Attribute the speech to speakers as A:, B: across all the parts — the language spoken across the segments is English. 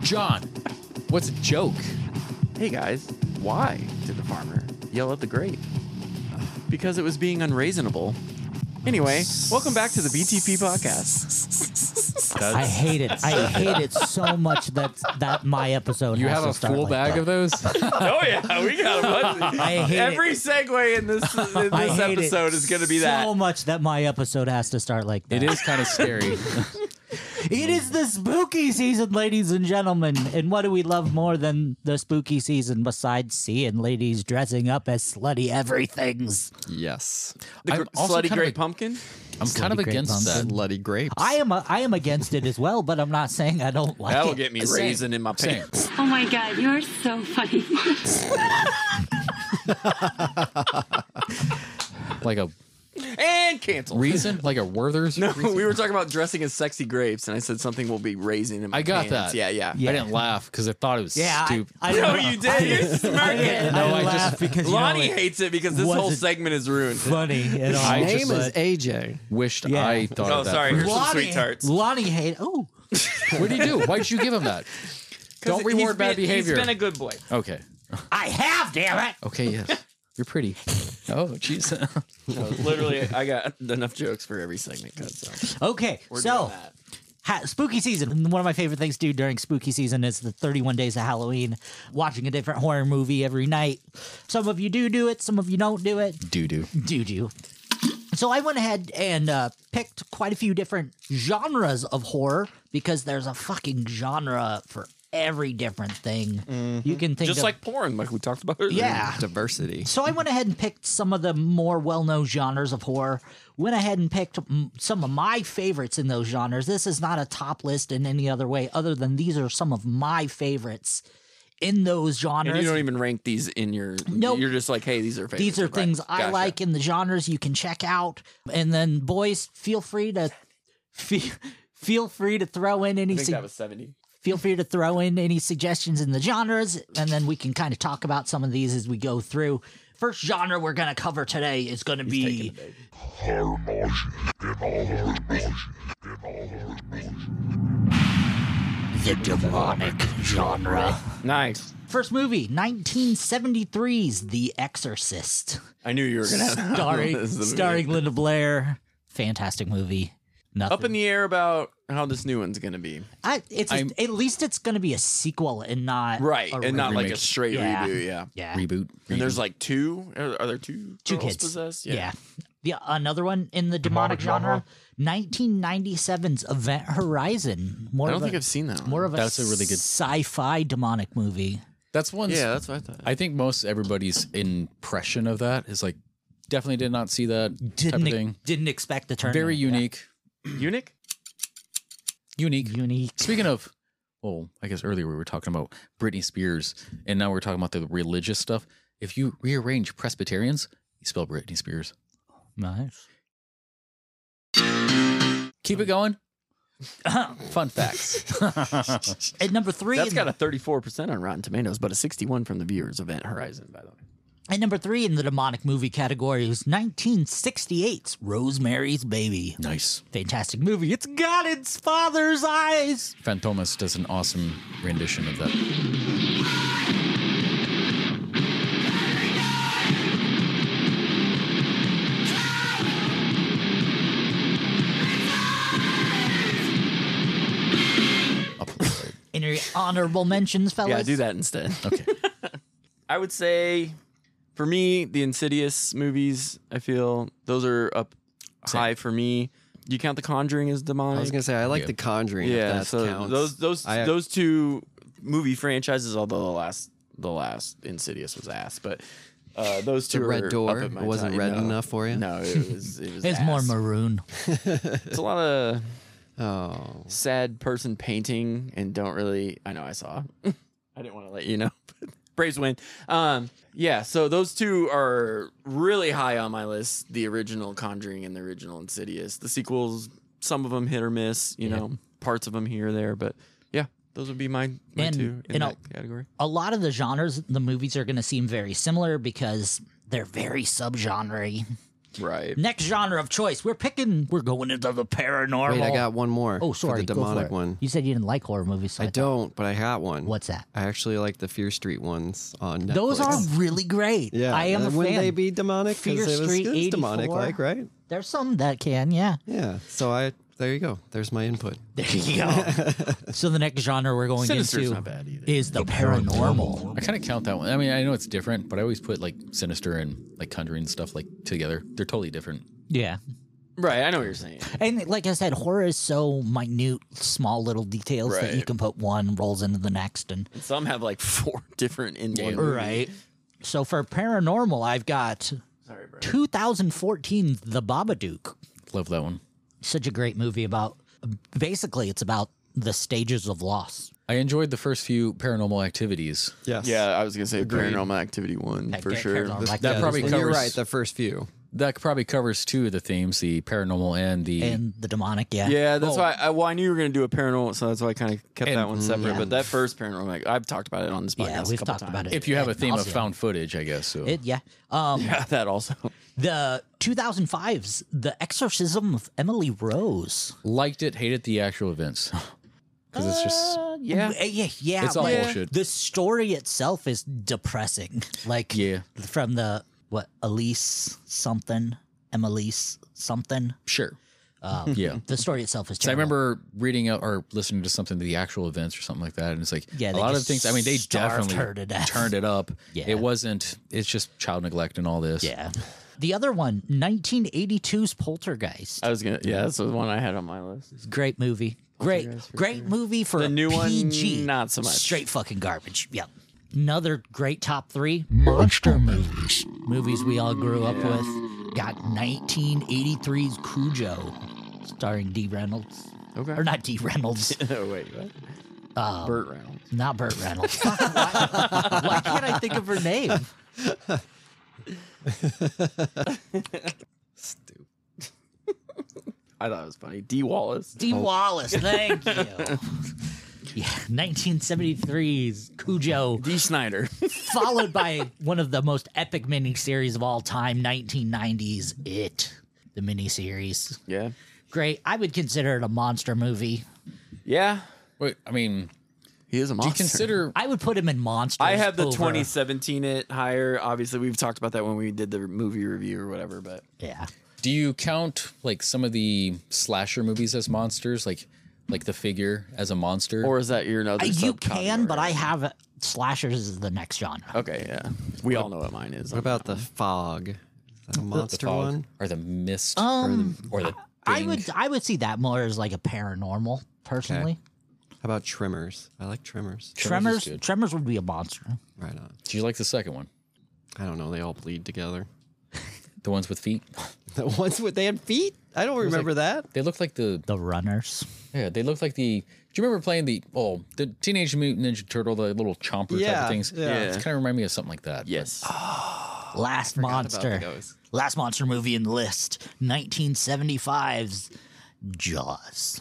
A: John, what's a joke?
B: Hey guys, why did the farmer yell at the grape? Because it was being unreasonable. Anyway, welcome back to the BTP podcast.
C: I hate it. I hate it so much that that my episode.
A: You
C: has
A: have
C: to
A: a
C: start
A: full
C: like
A: bag
C: that.
A: of those?
B: Oh yeah, we got a bunch.
C: I hate
B: Every
C: it.
B: segue in this in
C: I
B: this
C: hate
B: episode
C: it
B: is going to be
C: so
B: that.
C: much that my episode has to start like that.
A: it is kind of scary.
C: It is the spooky season, ladies and gentlemen. And what do we love more than the spooky season besides seeing ladies dressing up as slutty everythings?
A: yes.
B: The gr-
A: I'm also
B: slutty
A: kind
B: great
A: of, a-
B: pumpkin.
A: I'm kind
C: Slutty
A: of
C: grape
A: against
C: pumpkin.
A: that. Bloody grapes.
C: I am a, I am against it as well, but I'm not saying I don't like
B: That'll
C: it.
B: get me
A: Same.
B: raisin in my
A: Same.
B: pants.
D: Oh my god, you're so funny.
A: like a
B: And cancel.
A: reason, like a Werther's.
B: no,
A: Reason?
B: we were talking about dressing as sexy grapes, and I said something will be raisin in my
A: I got
B: pants.
A: that.
B: Yeah, yeah.
C: Yeah.
A: I didn't laugh because I thought it was
C: Yeah, I,
A: stupid.
C: I
B: No, you did. You're smirking.
A: No,
C: No, I,
A: I just-
C: laugh because you know
B: Lonnie
C: it's
B: hates it because this
C: was
B: whole
C: it-
B: segment is ruined.
C: funny. At all.
A: I
E: Name
A: just-
E: is AJ.
A: Wished
C: Yeah.
A: I thought
B: Oh,
A: of that.
B: sorry.
A: first.
B: Here's some
C: Lonnie,
B: sweet tarts.
C: Lonnie hate. Oh,
A: What did he do? Why'd you give him that?
B: 'Cause
A: Don't reward
B: he's
A: bad
B: been-
A: behavior.
B: He's been a good boy.
A: okay.
C: I have. Damn it.
A: Okay. Yes. You're pretty. Oh, jeez.
B: Literally, I got enough jokes for every segment. Cut, so.
C: Okay, so ha- spooky season. One of my favorite things to do during spooky season is the 31 days of Halloween, watching a different horror movie every night. Some of you do do it, some of you don't do it.
A: Doo doo.
C: Do do. So I went ahead and uh, picked quite a few different genres of horror because there's a fucking genre for every different thing you can think
B: just
C: of.
B: like porn, like we talked about earlier.
C: yeah.
E: Diversity.
C: So I went ahead and picked some of the more well-known genres of horror. Went ahead and picked mm, some of my favorites in those genres. This is not a top list in any other way other than these are some of my favorites in those genres.
B: And you don't even rank these in your.
C: Nope.
B: You're just like, hey, these are favorites.
C: these are
B: Right.
C: things I
B: Gotcha.
C: like in the genres you can check out. And then boys, feel free to fe- feel free to throw in any
B: I think
C: sug-
B: that was seventy.
C: feel free to throw in any suggestions in the genres, and then we can kind of talk about some of these as we go through. First genre we're going to cover today is going to be the demonic genre.
B: Nice.
C: First movie, 1973's The Exorcist,
B: I knew you were gonna. have-
C: starring,
B: This is the movie.
C: starring Linda Blair. Fantastic movie. Nothing.
B: Up in the air about how this new one's gonna be.
C: I, it's
A: I'm-
C: at least it's going to be a sequel and not
B: Right,
C: a
B: and not like a
A: remake.
B: straight
C: Yeah.
B: redo. Yeah.
C: yeah.
A: Reboot.
B: And there's like two. Are, are there two?
C: two
B: girls
C: kids
B: possessed?
C: Yeah. Yeah, another one in the demonic, genre, 1997's Event Horizon. More
B: I
C: of
B: don't think
C: a,
B: I've seen that.
C: more
B: one.
C: of a
A: That's a really good-
C: sci-fi demonic movie.
A: That's one.
B: Yeah, that's what I thought.
A: I think most everybody's impression of that is like definitely did not see that type of
C: Didn't
A: thing.
C: didn't expect the turn.
A: Very
C: Yeah.
A: unique.
B: Eunuch.
A: Unique.
C: Unique.
A: Speaking of, well, I guess earlier we were talking about Britney Spears, and now we're talking about the religious stuff. If you rearrange Presbyterians, you spell Britney Spears.
C: Nice.
A: Keep it going. Fun facts.
C: At number 3
B: That's
C: in-
B: got a 34% on Rotten Tomatoes, but a 61 from the viewers Event Horizon, by the way.
C: at number 3 in the demonic movie category was 1968's Rosemary's Baby.
A: nice.
C: Fantastic movie. It's got its father's eyes.
A: Fantomas does an awesome rendition of that. Upload.
C: Any honorable mentions, fellas?
B: Yeah, do that instead.
A: Okay.
B: I would say for me, the Insidious movies, I feel those are up high for me. Do you count The Conjuring as demonic?
E: I was gonna say I like
A: Yeah.
E: the Conjuring. if
B: yeah,
E: that
B: so
E: counts.
B: those those
E: I-
B: those two movie franchises, although the last the last Insidious was ass, but uh, those two
E: The Red
B: are
E: Door?
B: up at my
E: It wasn't
B: top.
E: red
B: No.
E: enough for you?
B: No, it was it was
C: It's more
B: ass.
C: maroon.
B: It's a lot of
E: Oh,
B: sad person painting and don't really I know I saw. I didn't want to let you know. Braves win. Um yeah, so those two are really high on my list, the original Conjuring and the original Insidious. The sequels some of them hit or miss, you know, parts of them here or there, but yeah, those would be my, my
C: And-
B: two in that
C: and I'll-
B: category.
C: a lot of the genres the movies are going to seem very similar because they're very subgenre
B: Right.
C: Next genre of choice. We're picking. We're going into the paranormal.
E: Wait, I got one more.
C: Oh,
E: for
C: sorry.
E: the
C: go for
E: demonic
C: it.
E: one.
C: You said you didn't like horror movies. So
E: I
C: thought-
E: don't, but I got one.
C: What's that?
E: I actually like the Fear Street ones on Netflix.
C: Those are really great.
E: yeah.
C: I am a
E: uh, Wouldn't
C: fan.
E: they be demonic? 'Cause
C: Fear
E: it was,
C: Street
E: it's demonic,
C: 84.
E: like right?
C: There's some that can, yeah.
E: Yeah. So I there you go. There's my input.
C: There you go. so the next genre we're going
B: Sinister's
C: into
B: not bad either.
C: is the, paranormal.
A: I kind of count that one. I mean, I know it's different, but I always put like Sinister and like Conjuring stuff like together. They're totally different.
C: Yeah.
B: Right. I know what you're saying.
C: And like I said, horror is so minute, small little details that you
B: Right.
C: can put one rolls into the next and
B: And some have like four different in one. movie.
C: right. So for paranormal, I've got 2014 The Babadook.
A: Love that one.
C: Such a great movie about basically it's about the stages of loss.
A: I enjoyed the first few paranormal activities.
E: Yes.
B: Yeah, I was gonna say Paranormal Activity one for
C: yeah,
B: sure.
C: Paranormal Activity.
A: that probably
E: And
A: covers
E: you're right. The first few.
A: that probably covers two of the themes, the paranormal and the
C: And the demonic, yeah.
B: Yeah, that's why I, well, I knew you were gonna do a paranormal, so that's why I kind of kept
A: And-
B: that one separate.
C: yeah.
B: But that first paranormal, Act- I've talked about it on this podcast.
C: Yeah,
B: a
C: we've
B: couple
C: talked
B: times.
C: about it.
A: if you have a
C: ad
A: theme of
C: nauseam.
A: found footage, I guess. So
C: It, yeah. Um,
B: Yeah, that also.
C: The 2005's The Exorcism of Emily Rose.
A: liked it, hated the actual events because it's just
B: Yeah,
C: Uh, yeah, yeah.
A: It's all
C: like,
A: bullshit.
C: The story itself is depressing. Like,
A: Yeah.
C: from the what Elise something, Emelise something.
A: sure. yeah.
C: The story itself is.
A: So I
C: Terrible.
A: remember reading out or listening to something to the actual events or something like that, and it's like
C: Yeah,
A: a
C: they
A: lot of
C: just
A: things. I mean, they
C: starved
A: definitely
C: her to death.
A: turned it up.
C: Yeah.
A: It wasn't. It's just child neglect and all this.
C: Yeah. The other one, 1982's Poltergeist.
B: I was gonna. Yeah, that's the one I had on my list.
C: great movie. Great, great movie for
B: The
C: a
B: new one,
C: PG.
B: not so much.
C: Straight fucking garbage. Yep. Another great top three monster movies. Movies we all grew up with. Got 1983's Cujo, starring D. Reynolds.
B: Okay.
C: Or not D. Reynolds,
B: oh wait, what?
C: Um,
B: Burt Reynolds.
C: not Burt Reynolds. Fuck, why, why can't I think of her name?
B: I thought it was funny. D Wallace.
C: D. Wallace, thank you. Yeah, 1973's Cujo.
B: D Snyder.
C: followed by one of the most epic miniseries of all time, 1990s It, the miniseries.
B: yeah.
C: Great. I would consider it a monster movie.
B: Yeah.
A: Wait, I mean,
B: He is a
A: do you
B: monster.
A: consider
C: I would put him in monsters.
B: I have the
C: over-
B: 2017 it higher. Obviously, we've talked about that when we did the movie review or whatever. But
C: Yeah.
A: Do you count like some of the slasher movies as monsters, like like the figure as a monster?
B: or is that your another?
C: You can,
B: subcategory?
C: but I have it- slashers is the next genre.
B: Okay, yeah. We all know what mine is.
E: What about the fog? Is that a
A: the
E: monster
A: fog,
E: one?
A: or the mist, or the, or the
C: I
A: thing?
C: would I would see that more as like a paranormal personally.
E: How about Tremors? I like Tremors.
A: Tremors is
C: Tremors
A: good.
C: Tremors would be a monster.
E: Right on.
A: Do you like the second one?
E: I don't know. They all bleed together.
A: The ones with feet?
E: The ones with they had feet. I don't remember that.
A: They look like the
C: The runners.
A: yeah. They look like the. Do you remember playing the oh the Teenage Mutant Ninja Turtle the little chomper type
E: Yeah,
A: of things?
E: yeah.
A: It's kind of remind me of something like that.
B: Yes. Oh,
C: Last monster.
E: those.
C: Last monster movie in the list. 1975's Jaws.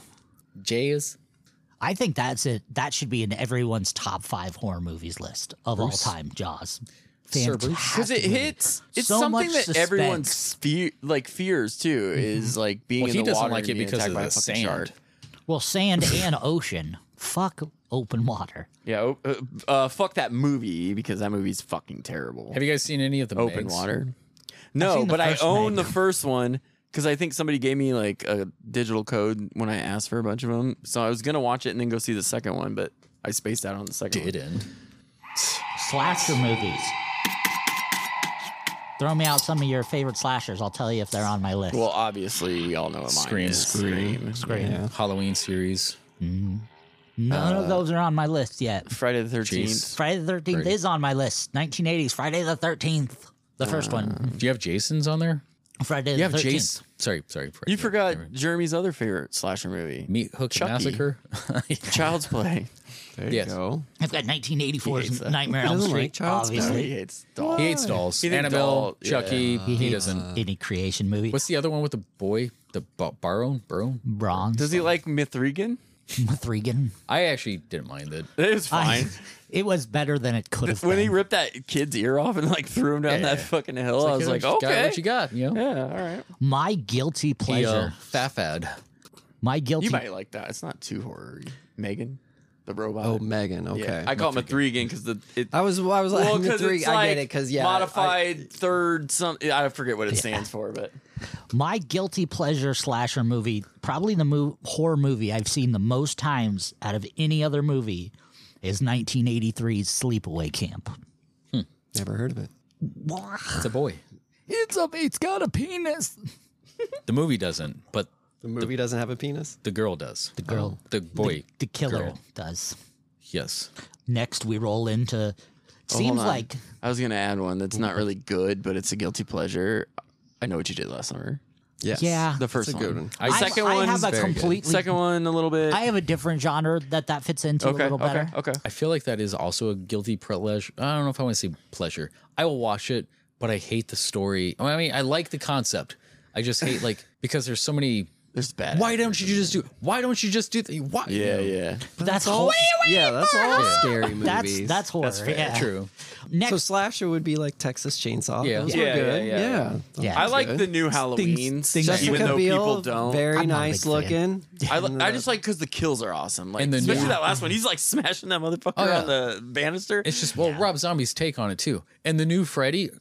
A: Jay is
C: I think that's it. That should be in everyone's top five horror movies list of all time. Jaws,
A: Sir Bruce?
B: because
C: fantastic.
B: it
C: movie.
B: hits. It's
C: So
B: something
C: much
B: that everyone's
C: suspense. Mm-hmm.
B: fear, like fears too, is like being
A: Well,
B: in
A: he
B: the
A: doesn't
B: water
A: like
B: and
A: it
B: being
A: because
B: attacked
A: of
B: by a
A: the
B: fucking
A: sand.
B: shark.
C: Well, sand and ocean. Fuck open water.
B: Yeah, oh, uh, uh, fuck that movie because that movie's fucking terrible.
A: Have you guys seen any of the
B: Open
A: Megs?
B: water.
C: I've
B: No,
C: seen the
B: but I
C: first
B: own
C: Meg.
B: the first one because I think somebody gave me like a digital code when I asked for a bunch of them. So I was gonna watch it and then go see the second one, but I spaced out on the second one.
A: Didn't.
C: Slasher movies. Throw me out some of your favorite slashers. I'll tell you if they're on my list.
B: Well, obviously we all know what mine
A: Scream.
B: is.
A: Scream.
C: Scream.
A: Halloween series.
C: None
B: uh,
C: of those are on my list yet.
B: Friday the Thirteenth.
C: Friday the Thirteenth is on my list. 1980s Friday the Thirteenth, the first
B: Uh,
C: one.
A: Do you have Jason's on there?
C: Friday
A: You
C: the
A: have
C: Thirteenth.
A: Jason. Sorry, sorry.
B: You forgot Jeremy's other favorite slasher movie,
A: Meat Hook
B: Chucky.
A: Massacre.
B: Child's Play.
E: There
A: Yes.
E: you go.
C: I've got 1984's Nightmare on Elm
E: doesn't
C: Street.
E: like Child's Play.
C: obviously,
B: He hates dolls.
A: He hates dolls.
B: He thinks
A: Annabelle,
B: doll- yeah.
A: Chucky. he
C: hates
A: doesn't.
C: any creation movie.
A: What's the other one with the boy? The Baron? Baron?
C: bronze?
B: Does he like Mithrigan?
C: Mithrigan.
A: I actually didn't mind it.
B: It was
C: I-
B: fine.
C: it was better than it could have
B: when he
C: been.
B: ripped that kid's ear off and like threw him down that
A: Yeah.
B: fucking hill, I was
A: you know,
B: like,
A: just got
B: okay,
A: what you got, you know?
B: yeah, all right.
C: My guilty
A: He, uh,
C: pleasure.
A: Fafad.
C: my guilty.
B: You might like that. It's not too horror. Megan, the robot.
E: Oh, Megan. Okay.
B: Yeah, I call him a three again because the it.
E: I was. I was like,
B: well,
E: I'm a
B: because
E: three.
B: it's
E: I
B: like
E: get it. Because yeah, I-
B: modified third something. I forget what it stands for, but
C: My guilty pleasure slasher movie, probably the mo- horror movie I've seen the most times out of any other movie, is 1983's Sleepaway Camp.
E: never heard of it.
A: It's a boy.
C: It's a, it's got a penis.
A: The movie doesn't, but
E: The movie doesn't have a penis.
A: the girl does. The
C: girl.
A: The boy.
C: The killer
A: Girl.
C: does.
A: Yes.
C: Next, we roll into. Seems
B: on.
C: like
B: I was gonna add one that's not really good, but it's a guilty pleasure. I know what you did last summer.
E: Yes.
C: Yeah.
B: The first
E: a
B: one.
E: good one.
A: I-
B: second
C: I, I
B: one's
C: have a
B: very
E: good.
C: completely.
B: Second one a little bit.
C: I have a different genre that that fits into a
B: okay,
C: little better.
B: okay, okay.
A: I feel like that is also a guilty pleasure. I don't know if I want to say pleasure. I will watch it, but I hate the story. I mean, I like the concept. I just hate like because there's so many.
B: There's bad.
A: Why don't you just do? Why don't you just do? The, why?
B: Yeah, yeah.
C: But that's horror.
E: Yeah, that's all scary movies.
C: That's that's horror. yeah.
A: True.
E: So
C: Next,
E: slasher would be like Texas Chainsaw.
A: Yeah.
E: Those
B: Yeah,
E: were
B: yeah,
E: good.
B: yeah,
E: Yeah.
B: yeah.
C: yeah.
B: I like the new Halloween,
C: things-
B: even
E: Jessica
B: though people
E: Biel,
B: don't.
E: very
C: I'm not a
E: nice
C: big fan.
E: looking.
B: I, li- I just like because the kills are awesome. Like
A: And the
B: especially
A: new-
B: that last one, he's like smashing that motherfucker
A: Oh, yeah.
B: on the banister.
A: It's just well, Rob Zombie's take on it too, and the new Freddy,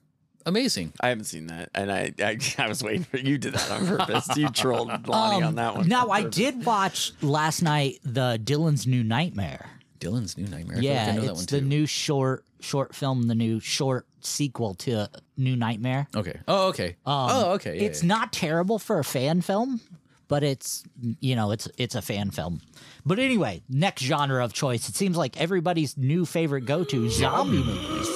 A: amazing.
B: I haven't seen that, and I, I I was waiting for you did that on purpose. you trolled Lonnie
A: Um,
B: on that one.
C: now
B: on
C: I
B: purpose.
C: did watch last night the Dylan's New Nightmare.
A: Dylan's new nightmare. I feel like
C: Yeah,
A: I know that
C: it's
A: one
C: the
A: too.
C: new short short film, the new short sequel to New Nightmare.
A: okay. Oh, okay. oh, okay. Yeah,
C: Um, it's
A: yeah.
C: not terrible for a fan film, but it's you know it's it's a fan film. But anyway, next genre of choice. It seems like everybody's new favorite go to zombie movies.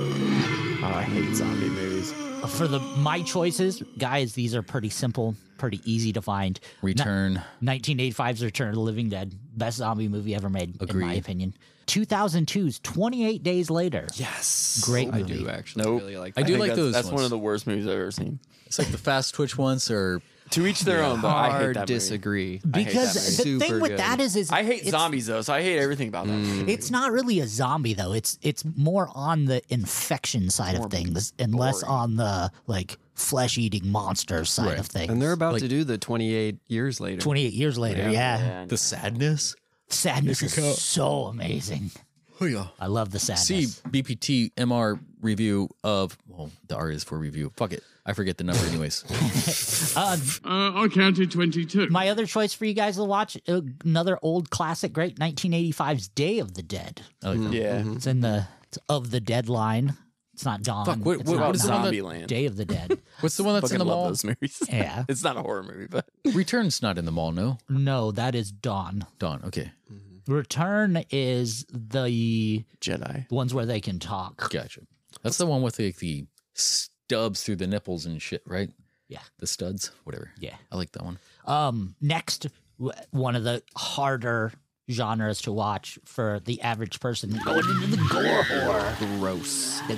B: Oh, I hate zombie movies.
C: For the my choices, guys, these are pretty simple, pretty easy to find.
A: Return.
C: 1985's Return of the Living Dead, best zombie movie ever made, in my
A: Agreed.
C: opinion. 2002's 28 Days Later.
E: Yes.
C: Great
E: I
C: movie.
E: do actually
B: Nope.
E: really like
A: I
E: that.
A: do
B: I think
A: like
B: that's,
A: those.
B: That's
A: ones.
B: one of the worst movies I've ever seen.
A: It's like the fast twitch ones or
B: To each their own, but I hate
E: hard
B: that movie.
E: disagree.
C: Because
E: movie.
C: the thing
E: Super
C: with
E: good.
C: that is, is
B: I hate
C: it's,
B: zombies though, so I hate everything about
A: Mm.
B: that. movie.
C: It's not really a zombie though. It's it's more on the infection side of things, and less on the like flesh eating monster side of things.
E: And they're about to do the 28 years later.
C: 28 years later, yeah.
A: the sadness.
C: Sadness is so amazing.
A: Oh yeah.
C: I love the sadness.
A: see BPT MR review of well, the R is for review. Fuck it, I forget the number anyways.
F: Uh, I counted 22.
C: My other choice for you guys to watch uh, another old classic, great 1985's Day of the Dead.
A: I like that.
B: Yeah.
C: It's in the it's of the dead line. It's not Dawn.
A: Fuck, what-
C: it's
A: what-
C: not
A: what is the
C: Dawn.
A: one
B: Zombie Land.
C: Day of the Dead.
A: What's the one that's in
B: Fucking
A: the
B: love
A: mall?
B: those movies.
C: Yeah.
B: it's not a horror movie, but
A: Return's not in the mall, no.
C: no, that is Dawn.
A: Dawn. Okay,
C: Return is the
B: Jedi.
C: ones where they can talk.
A: gotcha. That's the one with like the stubs through the nipples and shit, right?
C: Yeah.
A: The studs, whatever.
C: Yeah.
A: I like that one.
C: Um, next, w- one of the harder genres to watch for the average person going into the gore horror,
E: Gross.
C: the,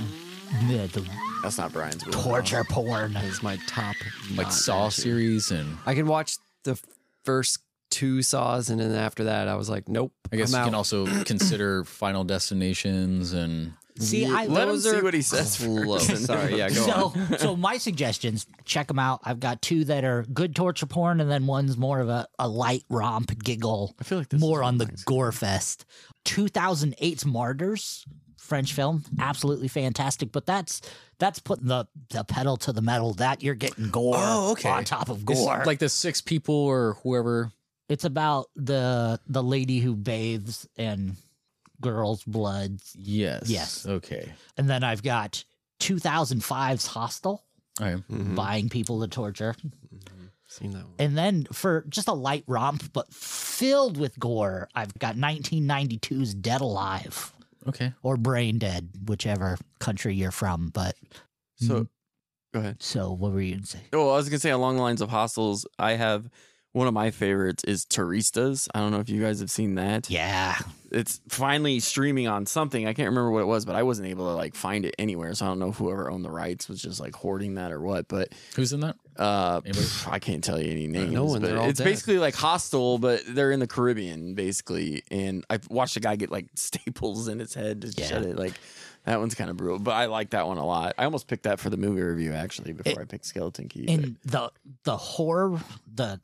C: the, the
B: That's not Brian's movie.
C: torture porn.
E: Is my top.
B: Ah,
A: Like
E: notch.
A: Saw series and
E: I could watch the f- first two saws, and then after that, I was like, nope.
A: I guess
E: I'm
A: you can
E: out.
A: also consider Final Destinations and
C: See, I
B: Let him
E: Those
B: see
E: are
B: what he says
E: close.
B: first.
E: Sorry, yeah, go on.
C: so so my suggestions check them out i've got two that are good torture porn and then one's more of a, a light romp giggle i feel like this more on the gore fest 2008's martyrs french film absolutely fantastic but that's that's putting the the pedal to the metal that you're getting gore
A: Oh, okay.
C: on top of
A: It's
C: gore
A: like the six people or whoever.
C: it's about the the lady who bathes in girls blood
A: Yes.
C: Yes.
A: Okay.
C: and then i've got 2005's hostel
A: All right.
C: buying people to torture
E: Mm-hmm. Seen that one.
C: And then for just a light romp, but filled with gore, I've got 1992's Dead Alive
A: Okay.
C: or Brain Dead, whichever country you're from. But
B: So, go ahead.
C: so what were you going to say?
B: Oh, I was gonna say along the lines of hostels, I have one of my favorites is Turistas. I don't know if you guys have seen that.
C: Yeah.
B: It's finally streaming on something. I can't remember what it was, but I wasn't able to like find it anywhere. So I don't know if whoever owned the rights was just like hoarding that or what. But
A: Who's in that?
B: Uh,
A: Anybody?
B: pff, I can't tell you any names.
E: no one,
B: but
E: they're all
B: it's
E: dead.
B: basically like Hostel, but they're in the Caribbean, basically. And I watched a guy get like staples in his head to shut it. Like that one's kind of brutal, but I like that one a lot. I almost picked that for the movie review actually before I picked Skeleton Key. but-
C: and the the horror the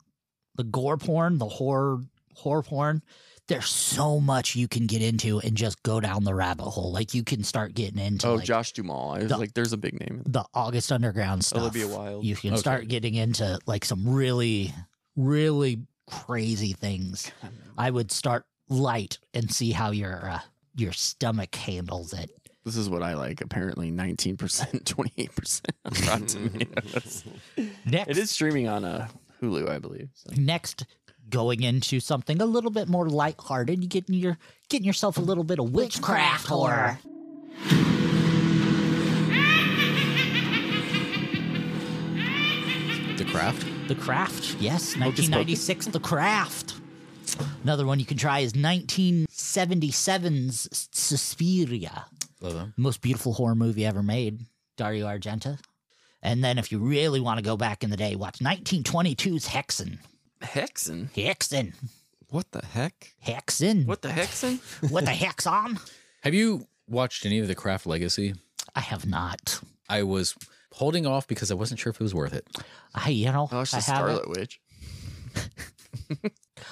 C: the gore porn the horror horror porn there's so much you can get into and just go down the rabbit hole like you can start getting into
B: oh,
C: like,
B: Josh Duhamel. I was
C: the-
B: like, there's a big name.
C: the august underground stuff
B: Olivia Wilde.
C: you can
A: Okay.
C: start getting into like some really really crazy things i would start light and see how your uh, your stomach handles it
B: This is what I like. Apparently, nineteen percent, twenty-eight percent Rotten Tomatoes.
C: next
B: it is streaming on uh, Hulu, I believe. So.
C: next going into something a little bit more lighthearted, you getting your getting yourself a little bit of witchcraft horror.
A: The craft.
C: The Craft, yes, 1996. The Craft. Another one you can try is 1977's Suspiria,
A: Love them.
C: most beautiful horror movie ever made, Dario Argento. And then if you really want to go back in the day, watch 1922's Hexen.
B: Hexen.
C: Hexen.
E: What the heck?
C: Hexen.
B: What the Hexen?
C: what the heck's on?
A: Have you watched any of the Craft Legacy?
C: I have not.
A: I was holding off because I wasn't sure if it was worth it.
C: I, you know,
B: Oh, it's
C: I
B: the
C: have
B: Scarlet Witch.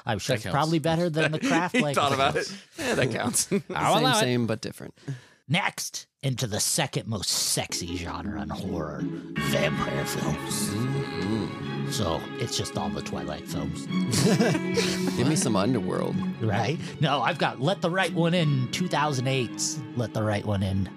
C: I'm sure it's
A: counts.
C: probably better than the craft.
B: He
C: like
B: thought about it. Yeah, that counts.
E: same, same, but different.
C: Next, into the second most sexy genre in horror, vampire films.
B: Mm-hmm.
C: So it's just all the Twilight films,
E: Give me some underworld.
C: right? No, I've got Let the Right One In, 2008's Let the Right One In.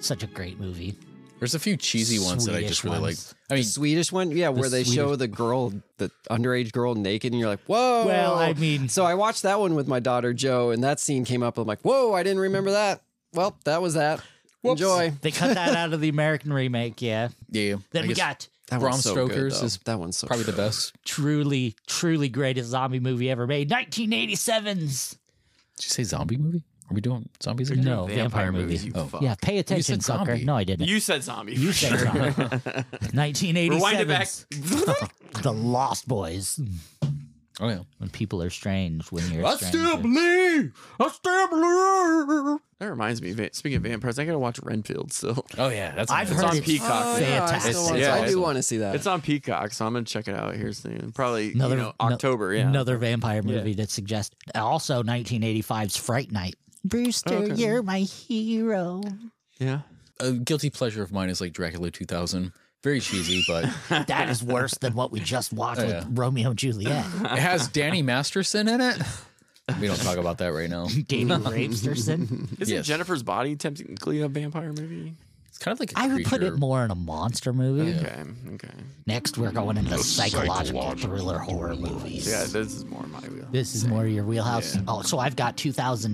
C: Such a great movie.
A: There's a few cheesy ones that I just really
C: Swedish
A: like.
C: ones.
A: I mean,
E: Swedish one, yeah, where they show the girl, the underage girl, naked, and you're like, "Whoa!"
C: Well, I mean-
E: so I watched that one with my daughter Joe, and that scene came up. I'm like, "Whoa!" I didn't remember that. Well, that was that. Enjoy.
C: They cut that out of the American remake, yeah.
A: yeah.
C: Then
A: I
C: we
A: guess
C: got
E: That
A: Bram
E: one's so good,
A: Stoker's
E: though.
A: is
E: that one's so
A: probably the
E: good.
A: best.
C: truly, truly greatest zombie movie ever made, 1987's.
A: Did you say zombie movie? Are we doing zombies again?
C: No, vampire, movie. Oh.
B: you fuck.
C: Yeah, pay attention,
A: said
C: sucker.
A: zombie.
C: No, I didn't.
B: You said zombie.
C: You
B: for sure.
C: said zombie. 1987.
B: Rewind it back.
C: the Lost Boys. Hmm.
A: Oh yeah.
C: When people are strange, when you're strange.
B: believe. I still believe. That reminds me. va- Speaking of vampires, I gotta watch Renfield still.
A: Oh yeah. That's
C: I've
A: amazing.
C: heard
B: on
C: it's
B: Peacock.
E: Oh, yeah, I,
C: Fantastic.
E: still want-
B: Yeah,
E: I
B: it's-
E: do want to see that.
B: It's on Peacock, so I'm gonna check it out here soon. Probably
C: Another-
B: you know, October. Yeah.
C: Another vampire movie that suggests. Also, 1985's Fright Night. Brewster, you're my hero.
B: Yeah.
A: a guilty pleasure of mine is like Dracula 2000. Very cheesy, but it
C: That is worse than what we just watched
B: Oh,
A: Yeah.
C: with Romeo and Juliet.
A: has Danny Masterson in it. We don't talk about that right now.
C: Danny Ravesterson.
B: Isn't
A: Yes.
B: Jennifer's Body technically a vampire movie?
A: It's kind of like a
C: I would put it
A: creature.
C: more in a monster movie.
B: Okay. Okay.
C: Next, we're going into psychological, thriller horror movies.
B: Yeah, this is more my wheel.
C: This is more your wheelhouse. Oh, so I've got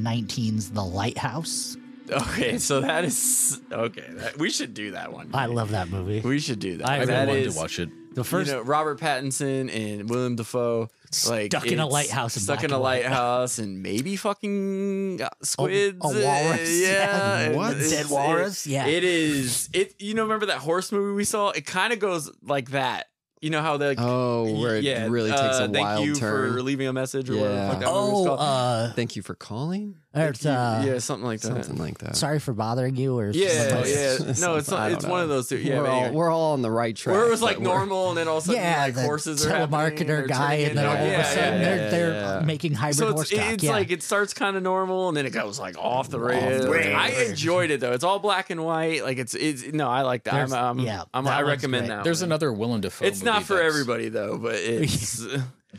C: 2019's The Lighthouse.
B: Okay, so that is okay. That, we should do that one.
C: I love that movie.
B: We should do that.
C: I
A: I've been
B: That
A: wanting
B: is-
A: to watch it.
C: The first
B: you know, Robert Pattinson and William Dafoe, like
C: Stuck in a
B: it's
C: lighthouse in
B: stuck
C: black
B: in a
C: and white. Oh,
B: lighthouse, and maybe fucking uh, squids, uh,
C: walrus, yeah.
B: yeah,
C: What?
B: It's-
C: Dead walrus?
B: it-
C: Yeah.
B: it is. It you know remember that horse movie we saw? It kind of goes like that. You know how they like,
E: oh, where it
B: yeah,
E: really takes
B: uh,
E: a wild
B: Thank you
E: turn.
B: for leaving a message or whatever. the
E: Yeah.
B: fuck that movie was
C: Oh,
B: called.
C: uh,
E: Thank you for calling.
C: it's, uh,
B: yeah, something like that.
E: Something like that.
C: sorry for bothering you, or something
B: Yeah,
C: like-
B: yeah. Uh, No, it's
E: I
B: not,
E: don't
B: it's one
E: know.
B: of those two. Yeah,
E: we're,
B: but
E: all,
B: anyway.
E: we're all on the right track.
B: where it was
E: but
B: like
E: we're-
B: normal, and then all of a sudden,
C: Yeah,
B: like
C: the
B: horses are happening,
C: telemarketer
B: or
C: guy,
B: turning
C: and then all
B: into-
C: of a
B: Yeah,
C: sudden
B: yeah,
C: they're
B: yeah,
C: they're
B: yeah.
C: making hybrid
B: so
C: horse
B: it's,
C: stock.
B: it's
C: yeah.
B: like it starts kind of normal and then it goes like off the rails.
C: rails.
B: I enjoyed it though. It's all black and white. Like it's it's no, I like that.
C: There's-
B: I'm, I'm,
C: yeah,
B: I'm,
C: that
B: I
C: one's
B: recommend
C: great.
B: that.
A: There's
B: one.
A: another Willem Dafoe.
B: It's not
A: movie
B: for
A: that's-
B: everybody though, but it's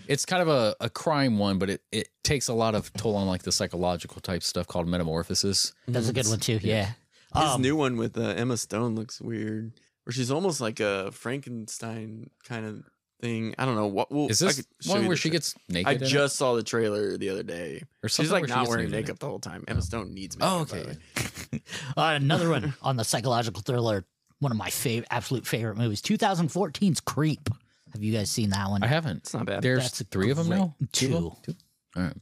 A: It's kind of a, a crime one, but it, it takes a lot of toll on like the psychological type stuff called metamorphosis.
C: That's a good one too. Yeah.
B: this
C: Um,
B: new one with uh, Emma Stone looks weird, where she's almost like a Frankenstein kind of thing. I don't know what. Well,
A: Is
B: I
A: this
B: could show
A: one
B: you
A: where
B: the
A: she
B: tra-
A: gets naked?
B: I
A: in it?
B: just saw the trailer the other day.
A: Or
B: She's
A: something
B: like
A: where she
B: not
A: gets
B: wearing
A: naked in it.
B: makeup the whole time. Emma Stone needs makeup.
A: Oh,
B: by the
A: okay.
B: way.
C: uh, another one on the psychological thriller. One of my fav- absolute favorite movies. 2014's Creep. Have you guys seen that one?
A: I haven't. It's
B: not bad.
A: There's
C: That's a
A: three of them
C: great-
A: now. of them?
C: two.
A: All right.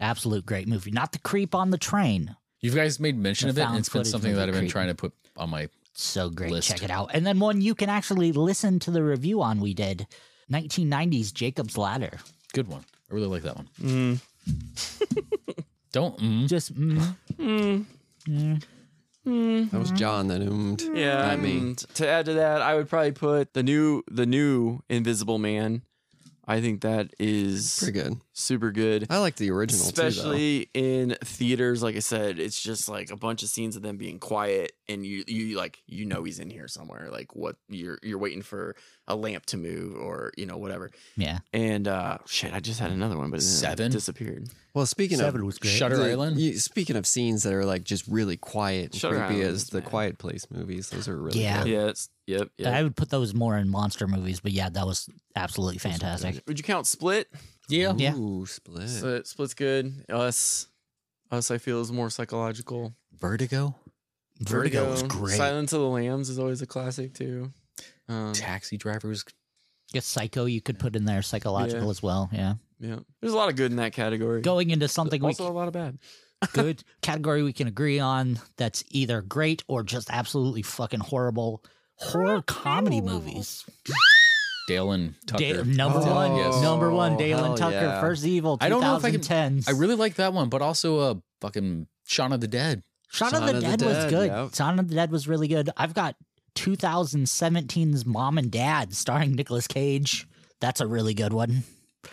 C: Absolute great movie. Not the Creep on the train.
A: You guys made mention
C: The
A: of it, and
C: found
A: it's been
C: footage
A: something
C: movie
A: that I've been
C: creep.
A: trying to put on my
C: So great.
A: List.
C: Check it out. And then one you can actually listen to the review on we did 1990s Jacob's Ladder.
A: Good one. I really like that one. Don't. Mm.
C: Just mm,
E: That was John that oomed.
B: Mm-hmm. Yeah, I mean, t- to add to that, I would probably put the new the new Invisible Man. I think that is
E: Pretty good.
B: super good.
E: I like the original too.
B: especially in theaters like i said it's just like a bunch of scenes of them being quiet and you you like you know he's in here somewhere like what you're you're waiting for a lamp to move or you know whatever
C: yeah.
B: and uh shit i just had another one but it
A: Seven?
B: disappeared
E: Though. Well, speaking of
C: was
A: Shutter
E: the-
A: Island.
E: you- speaking of scenes that are like just really quiet, and
B: Shutter
E: creepy
B: Island
E: as
B: is
E: the
B: mad.
E: Quiet Place movies, those are really
C: Yeah.
E: good.
B: yes yep,
C: I
B: yep.
C: would put those more in monster movies, but yeah, that was absolutely fantastic.
B: would you count split
A: Yeah.
C: Yeah.
E: Ooh, split.
B: Split- split's good us us i feel is more psychological
A: Vertigo.
C: Vertigo, was great.
B: silence of the lambs is always a classic too um,
A: Taxi Driver was.
C: Yes, Psycho you could put in there, psychological
B: Yeah.
C: as well. Yeah.
B: yeah there's a lot of good in that category
C: Going into something we
B: also a lot of bad
C: good category we can agree on that's either great or just absolutely fucking horrible horror comedy movies.
A: Dale and Tucker.
C: Da- number
E: Oh,
C: one,
E: yes.
C: number one, Dale
E: hell
C: and Tucker,
E: yeah.
C: First Evil,
A: I don't know if I can-
C: 2010.
A: I really like that one, but also uh, fucking Shaun of the Dead.
C: Shaun of the Dead was good.
E: yep.
C: Shaun of the Dead was really good. I've got 2017's Mom and Dad starring Nicolas Cage. That's a really good one.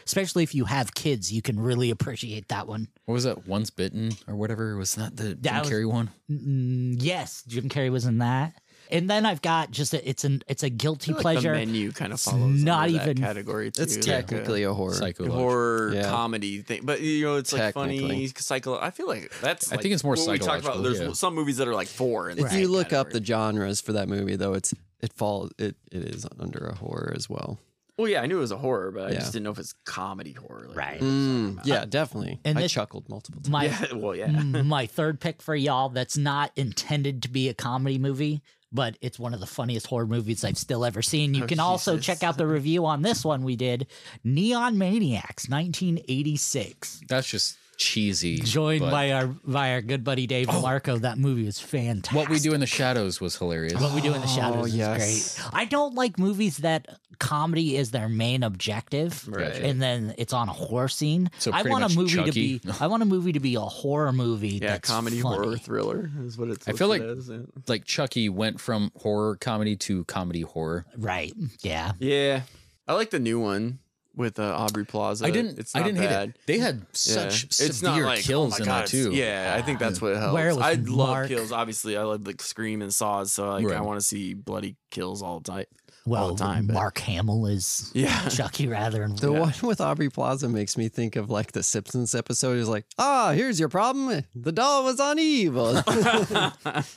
C: Especially if you have kids, you can really appreciate that one.
A: What was that? Once Bitten or whatever. Was that the Jim
C: That was-
A: Carrey one?
C: Mm, yes, Jim Carrey was in that. And then I've got just a, it's an it's a guilty
B: feel like
C: pleasure.
B: The menu kind of
C: It's
B: follows
C: not
B: not even
C: even-
B: category. Too.
E: It's technically a horror.
A: Psycho.
B: like a horror
E: Yeah.
B: comedy thing, but you know it's like funny
E: Technically.
B: psycho. I feel like that's.
A: I
B: like
A: think it's more
B: what we talked about.
A: psychological,
B: There's
A: yeah.
B: some movies that are like four. In
E: If
B: that
E: you look up the
B: category.
E: genres for that movie, though, it's it falls it, it is under a horror as well.
B: well, yeah, I knew it was a horror, but I
E: Yeah.
B: just didn't know if it's comedy horror. Like,
C: Right.
E: Mm, yeah, definitely.
C: and
E: I
C: this-
E: chuckled multiple times.
C: My
B: Yeah. Well, yeah.
C: my third pick for y'all that's not intended to be a comedy movie, but it's one of the funniest horror movies I've still ever seen. You
B: Oh,
C: can also
B: Jesus.
C: check out the review on this one we did Neon Maniacs 1986.
A: That's just cheesy.
C: Joined
A: but
C: by our by our good buddy
B: Oh.
C: Dave Marco. That movie was fantastic.
A: What We Do in the Shadows was hilarious.
C: What we do in the shadows is
E: yes.
C: great. I don't like movies that comedy is their main objective,
A: Right.
C: and then it's on a horror scene.
A: So
C: I
A: pretty
C: want a
A: much
C: movie
A: Chucky.
C: to be. I want a movie to be a horror movie.
B: Yeah,
C: that's
B: comedy
C: funny.
B: horror thriller is what it's.
A: I feel
B: listed
A: like-
B: as, yeah.
A: like Chucky went from horror comedy to comedy horror.
C: Right? Yeah.
B: Yeah, I like the new one with uh, Aubrey Plaza.
A: I didn't.
B: It's
A: I
B: not
A: didn't
B: bad.
A: hate it. They had
B: Yeah.
A: such
B: It's not
A: severe
B: like,
A: kills
B: oh my
A: in
B: God,
A: that
B: it's-
A: too.
B: Yeah, I think that's what helps.
C: Where it was
B: I love
C: Mark-
B: kills. Obviously, I love the scream and saws, so like
A: Right.
B: I want to see bloody kills all the time.
C: Well,
B: all the time. but-
C: Mark Hamill is
B: Yeah.
C: Chucky rather, and
E: The one with Aubrey Plaza makes me think of like the Simpsons episode. He's like, ah, here's your problem. The doll was unevil.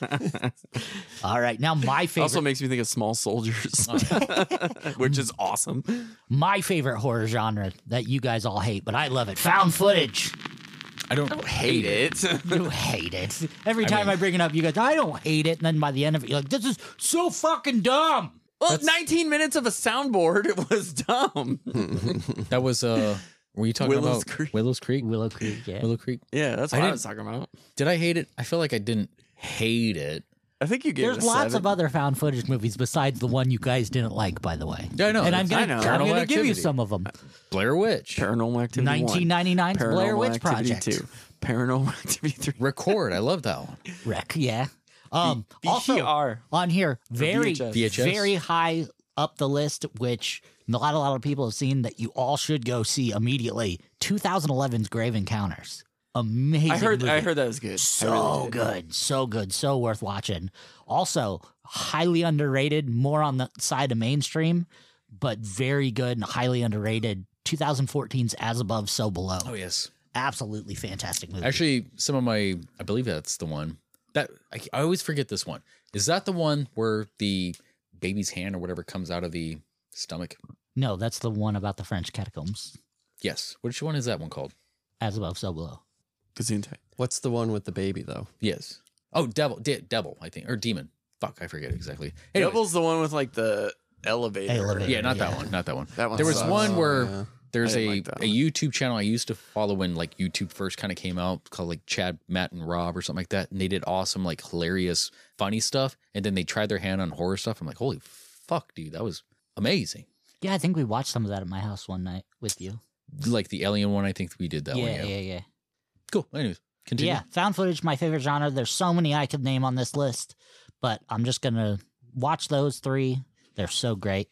C: all right. Now my favorite, Oh,
B: also makes me think of Small Soldiers, which is awesome.
C: my favorite horror genre that you guys all hate, but I love it. Found footage.
A: I don't,
B: Hate it.
C: You hate it. Every
A: I
C: time I,
A: mean-
C: bring it up, you guys, I don't hate it, and then by the end of it, you're like, this is so fucking dumb.
B: well, 19 minutes of a soundboard was dumb.
A: That was uh, were you talking
B: Willow's
A: about
B: Creek.
A: Willow's Creek?
C: Willow Creek. Yeah.
A: Willow Creek.
B: yeah, that's
A: I
B: what I,
A: didn't-
B: was talking about.
A: Did I hate it? I feel like I didn't hate it.
B: I think you gave
C: There's
B: it a
C: lots
B: seven.
C: of other found footage movies besides the one you guys didn't like, by the way.
A: Yeah, I know.
C: And I'm
A: It's-
C: gonna,
B: I know.
C: I'm
A: Paranormal
C: gonna give you
A: Activity.
C: some of them.
A: Blair Witch.
B: Paranormal Activity 1,
C: 1999's
B: Paranormal
C: Blair Witch
B: Activity
C: Project.
B: 2, Paranormal Activity 3.
A: Record. I love that one.
C: Wreck, yeah. Um, also
B: VCR.
C: on here, very,
B: VHS.
A: VHS.
C: very high up the list, which a lot, a lot of people have seen that you all should go see immediately. 2011's Grave Encounters, amazing.
B: I heard,
C: movie.
B: I heard that was good. I really
C: so
B: did.
C: good, so good, so worth watching. Also, highly underrated, more on the side of mainstream, but very good and highly underrated. 2014's As Above, So Below.
A: Oh yes.
C: Absolutely fantastic
B: Mm-hmm.
C: movie.
A: Actually, some of my I believe that's the one that I, I always forget. This one is that the one where the baby's hand or whatever comes out of the stomach.
C: no, that's the one about the French catacombs.
A: Yes. Which one is that one called?
C: As Above, So Below.
B: Gesundheit.
E: What's the one with the baby though?
A: Yes. Oh, devil, de- devil, I think, or demon. Fuck, I forget exactly. Anyways,
B: Devil's the one with like the elevator.
C: Elevator.
A: yeah, not
C: Yeah.
A: that one. Not that one.
B: That one
A: There was
B: sucks.
A: one where
E: yeah.
A: There's
B: I
A: a
B: didn't like that
A: a
B: one.
A: YouTube channel I used to follow when like YouTube first kind of came out called like Chad, Matt, and Rob or something like that, and they did awesome like hilarious funny stuff, and then they tried their hand on horror stuff. I'm like, holy fuck, dude, that was amazing.
C: Yeah, I think we watched some of that at my house one night with you.
A: Like the alien one, I think we did that
C: yeah,
A: one.
C: yeah, yeah,
A: Cool. Anyways, continue.
C: Yeah, found footage, my favorite genre. There's so many I could name on this list, but I'm just gonna watch those three. They're so great.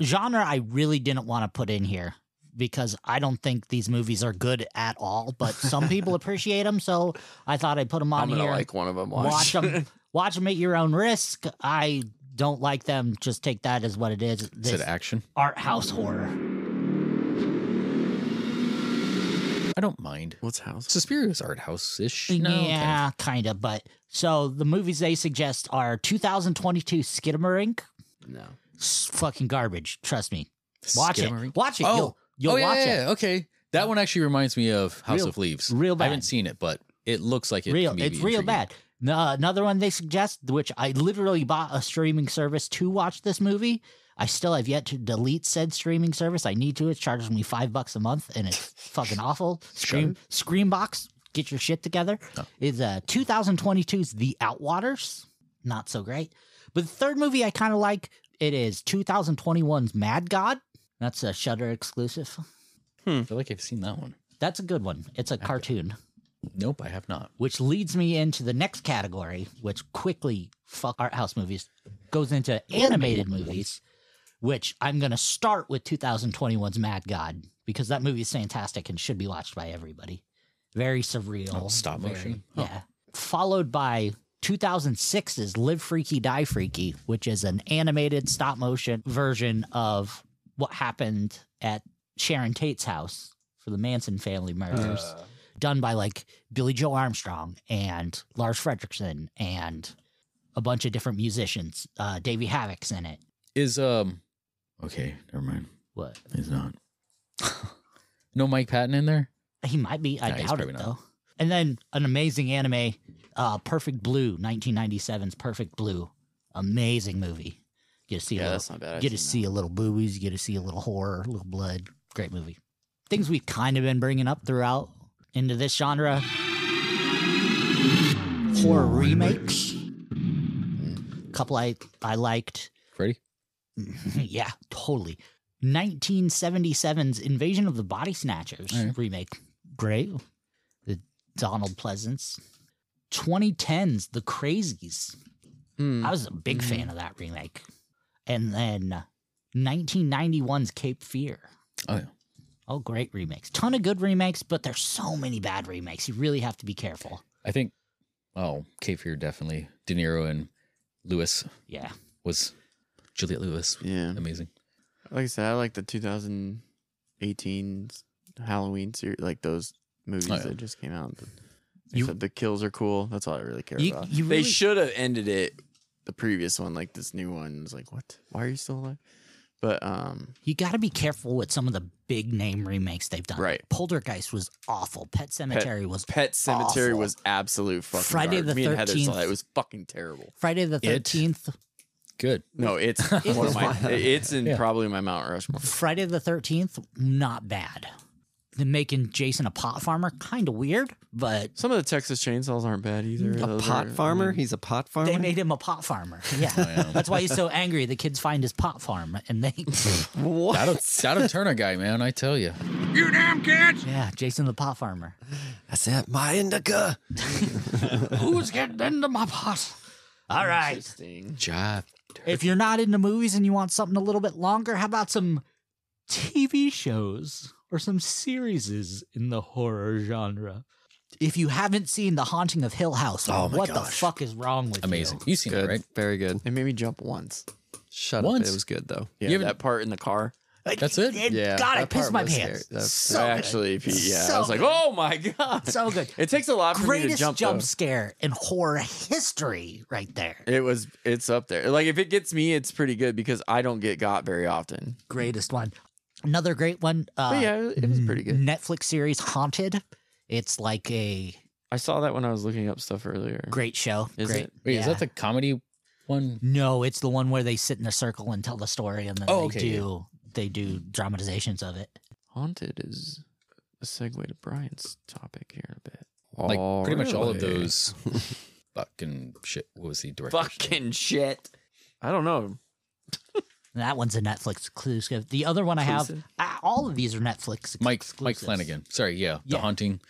C: Genre I really didn't want to put in here because I don't think these movies are good at all, but some people appreciate them, so I thought I'd put them on
B: I'm gonna
C: here.
B: like one of them.
C: watch them, watch them at your own risk. I don't like them. Just take that as what it is.
A: Said
C: This
A: action.
C: art house horror.
A: I don't mind.
B: What's house?
A: Suspiria's art house ish.
C: yeah, kind of. But so the movies they suggest are 2022 Skidmarink.
B: No.
C: S- Fucking garbage. Trust me. Watch it. Watch it.
A: Oh.
C: You'll, you'll
A: oh, yeah,
C: watch
A: yeah,
C: it.
A: yeah, Okay. That one actually reminds me of House
C: Real-
A: of Leaves.
C: real
A: I haven't
C: bad.
A: seen it, but it looks like it.
C: real.
A: can be
C: It's real
A: intriguing.
C: bad. No, another one they suggest, which I literally bought a streaming service to watch this movie. I still have yet to delete said streaming service. I need to. It charges me five bucks a month, and it's fucking awful. Scream, Screambox, get your shit together. Is uh, 2022's The Outwaters? Not so great. But the third movie I kind of like it is 2021's Mad God. That's a Shutter exclusive.
A: I feel like I've seen that one.
C: That's a good one. It's a cartoon
A: Nope, I have not.
C: which leads me into the next category, which quickly fuck art house movies goes into animated movies, which I'm gonna start with 2021's Mad God because that movie is fantastic and should be watched by everybody. Very surreal,
A: Oh, stop
C: very-
A: motion?
C: yeah. Followed by 2006's Live Freaky Die Freaky, which is an animated stop motion version of what happened at Sharon Tate's house for the Manson family
A: Uh,
C: murders done by like Billy Joe Armstrong and Lars Fredrickson and a bunch of different musicians. Uh, Davey Havoc's in it.
A: Is um okay, never mind.
C: What
A: It's not. no Mike Patton in there?
C: he might be, I
A: Nah, he's
C: doubt it
A: probably not.
C: though. And then an amazing anime, uh, Perfect Blue, 1997's Perfect Blue, amazing movie. Get to see,
B: Yeah,
C: a
B: that's
C: little,
B: not bad. I've
C: get to
B: seen
C: see a little boobies, get to see a little horror, a little blood. Great movie. Things we've kind of been bringing up throughout into this genre. Horror remakes. Couple I I liked.
A: Freddy?
C: yeah, totally. 1977's Invasion of the Body Snatchers
A: All right.
C: remake. Great. The Donald Pleasance. 2010's The
B: that.
C: Crazies.
B: Mm.
C: I was a big fan of that remake. And then uh, 1991's Cape Fear.
A: Oh yeah.
C: Oh, great remakes. Ton of good remakes, but there's so many bad remakes. You really have to be careful.
A: I think oh, Cape Fear definitely. De Niro and Lewis
C: Yeah.
A: was Juliet Lewis.
B: Yeah.
A: Amazing.
B: Like I said, I like the 2018 Halloween series, like those movies
A: Oh, yeah.
B: that just came out. But
C: You-
B: except the kills are cool. That's all I really care
C: You-
B: about.
C: you
B: they
C: really-
B: should have ended it the previous one, like this new one. Is like, what? Why are you still alive? But um,
C: You got to be careful with some of the big name remakes they've done.
B: Right.
C: Poltergeist was awful. Pet Cemetery was
B: Pet Cemetery
C: Awful.
B: was absolute fucking.
C: Friday
B: garbage.
C: the
B: Me and Heather
C: 13th.
B: saw that. It was fucking terrible.
C: Friday the
A: It.
C: 13th.
A: Good.
B: No, it's one of my. It's in probably my Mount Rushmore.
C: Friday the 13th, not bad. Then making Jason a pot farmer, kind of weird, but
B: Some of the Texas chainsaws aren't bad either.
E: A
B: Those
E: pot
B: are-
E: farmer? He's a pot farmer?
C: they made him a pot farmer. Yeah. That's why he's so angry. The kids find his pot farm and they.
A: That'll, that'll turn a guy, man. I tell you.
F: You damn kids!
C: yeah, Jason the pot farmer.
E: That's it. My indica.
C: Who's getting into my pot? All right.
B: Interesting.
A: Job.
C: If you're not into movies and you want something a little bit longer, how about some TV shows or some series in the horror genre? If you haven't seen The Haunting of Hill House, what the fuck is wrong with
A: Amazing.
C: you?
A: You seen
E: Good.
A: it, right?
E: Very good.
B: It made me jump once.
E: Shut
A: Once.
E: up. It was good, though.
B: Yeah,
A: You haven't-
B: that part in the car.
A: That's it?
C: It-
E: Yeah,
C: God, I
E: that
C: pissed
E: part
C: my
E: was
C: pants.
E: scary. That-
C: So
B: I
C: good.
B: actually, if you- yeah,
C: So
B: I was like,
C: good.
B: oh my god,
C: So good.
B: It takes a lot for me to
C: Greatest
B: jump.
C: jump,
B: Jumps.
C: scare in horror history, right there.
B: It was, it's up there. Like if it gets me, it's pretty good because I don't get got very often.
C: Greatest one. Another great one. Uh,
B: But yeah, it was pretty good.
C: Netflix series Haunted. It's like a
B: I saw that when I was looking up stuff earlier.
C: great show.
B: Is
C: great.
B: it?
A: Wait,
C: yeah.
A: is that the comedy one?
C: No, it's the one where they sit in a circle and tell the story, and then
A: Oh,
C: they
A: okay,
C: do they do dramatizations of it.
B: haunted is a segue to Brian's topic here in a bit.
A: Like pretty much all of
E: Alright.
A: those fucking shit. What was the director?
B: Fucking shit. I don't know.
C: That one's a Netflix exclusive. The other one I have,
B: Exclusive.
C: ah, all of these are Netflix
A: Mike Mike
C: exclusives.
A: Flanagan. Sorry, yeah,
C: Yeah.
A: The Haunting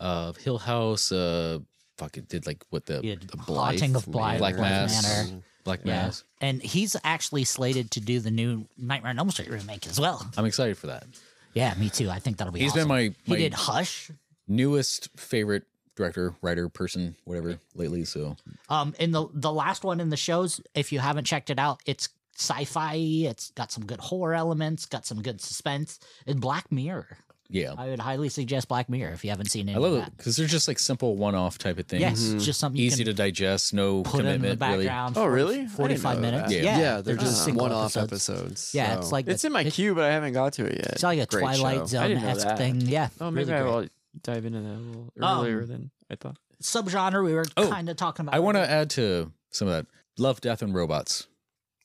A: of Hill House. Uh, fuck it, did like what the,
C: Yeah,
A: the Blythe,
C: Haunting of Blythe,
A: Black Mass,
C: Manor.
A: Black
C: Yeah.
A: Mass.
C: And he's actually slated to do the new Nightmare on Elm Street remake as well.
A: I'm excited for that.
C: Yeah, me too. I think that'll be
A: He's been
C: awesome.
A: my,
C: He
A: my
C: did Hush.
A: newest favorite director, writer, person, whatever lately. So
C: Um, in the the last one in the shows, if you haven't checked it out, it's sci-fi. It's got some good horror elements, got some good suspense. And Black Mirror.
A: yeah, I,
C: I would highly suggest Black Mirror if you haven't seen any
A: love
C: of
A: it because they're just like simple one-off type of things.
C: Yes,
B: Mm-hmm.
C: it's just something you
A: Easy
C: can
A: to digest, no
C: put in
A: commitment.
C: the
A: really,
C: background.
B: Oh,
C: for
B: really? I didn't
C: Forty-five
B: know
C: minutes.
A: that.
C: Yeah,
A: Yeah.
E: they're just
C: single
E: one-off episodes.
C: Yeah,
E: so-
C: it's like
B: It's
C: the-
B: in my
C: it-
B: queue, but I haven't got to it yet.
C: It's like a
E: Great show.
C: Twilight
B: I
C: Zone
B: didn't know
C: esque
B: that.
C: thing. Yeah.
B: Oh, maybe
C: really
B: I
C: great.
B: will dive into that a little
C: Um,
B: earlier than I thought.
C: Subgenre we were
A: Oh,
C: kind of talking about.
A: I want to add to some of that. Love, Death, and Robots.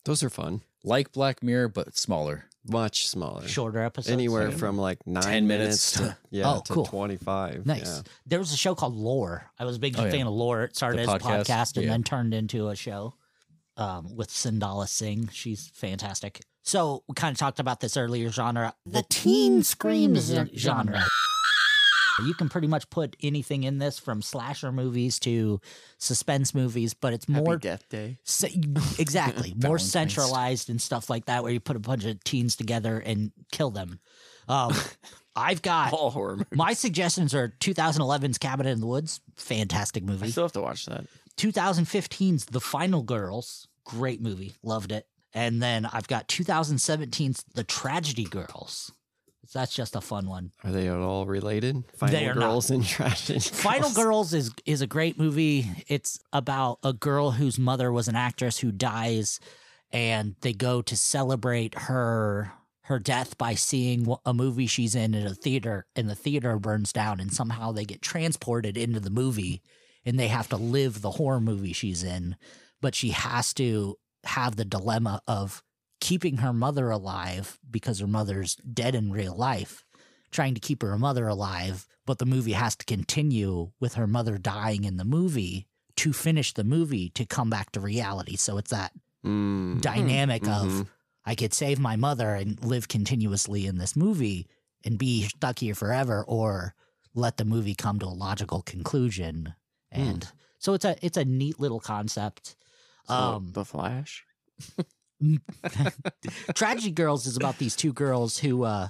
E: those are fun.
A: Like Black Mirror, but smaller.
E: Much smaller.
C: shorter episodes.
E: Anywhere from like nine
A: 10
E: minutes.
A: minutes.
E: to, yeah,
C: Oh,
E: to
C: cool.
E: twenty-five.
C: Nice.
E: yeah.
C: There was a show called Lore. I was a big
A: Oh, yeah.
C: fan of Lore. It started
A: The
C: as a
A: podcast,
C: podcast and
A: yeah.
C: then turned into a show um, with Sindala Singh. She's fantastic. So we kind of talked about this earlier genre. The teen screams genre. You can pretty much put anything in this from slasher movies to suspense movies, but it's more
B: Death Day.
C: se- exactly more
A: Valentine's.
C: centralized and stuff like that where you put a bunch of teens together and kill them. Um, I've got
B: All horror movies.
C: my suggestions are 2011's Cabin in the Woods, fantastic
B: I
C: movie.
B: still have to watch that.
C: 2015's The Final Girls, great movie, loved it. And then I've got 2017's The Tragedy Girls. That's just a fun one.
E: Are they at all related? Final
C: They are not.
E: girls in trash.
C: Final Girls is is a great movie. It's about a girl whose mother was an actress who dies, and they go to celebrate her her death by seeing wh- a movie she's in at a theater, and the theater burns down, and somehow they get transported into the movie, and they have to live the horror movie she's in, but she has to have the dilemma of keeping her mother alive because her mother's dead in real life trying to keep her mother alive, but the movie has to continue with her mother dying in the movie to finish the movie to come back to reality. So it's that
E: Mm.
C: dynamic
E: Mhm.
C: of I could save my mother and live continuously in this movie and be stuck here forever, or let the movie come to a logical conclusion. And so it's a it's a neat little concept.
B: So,
C: Um,
B: the Flash.
C: Tragedy Girls is about these two girls who uh,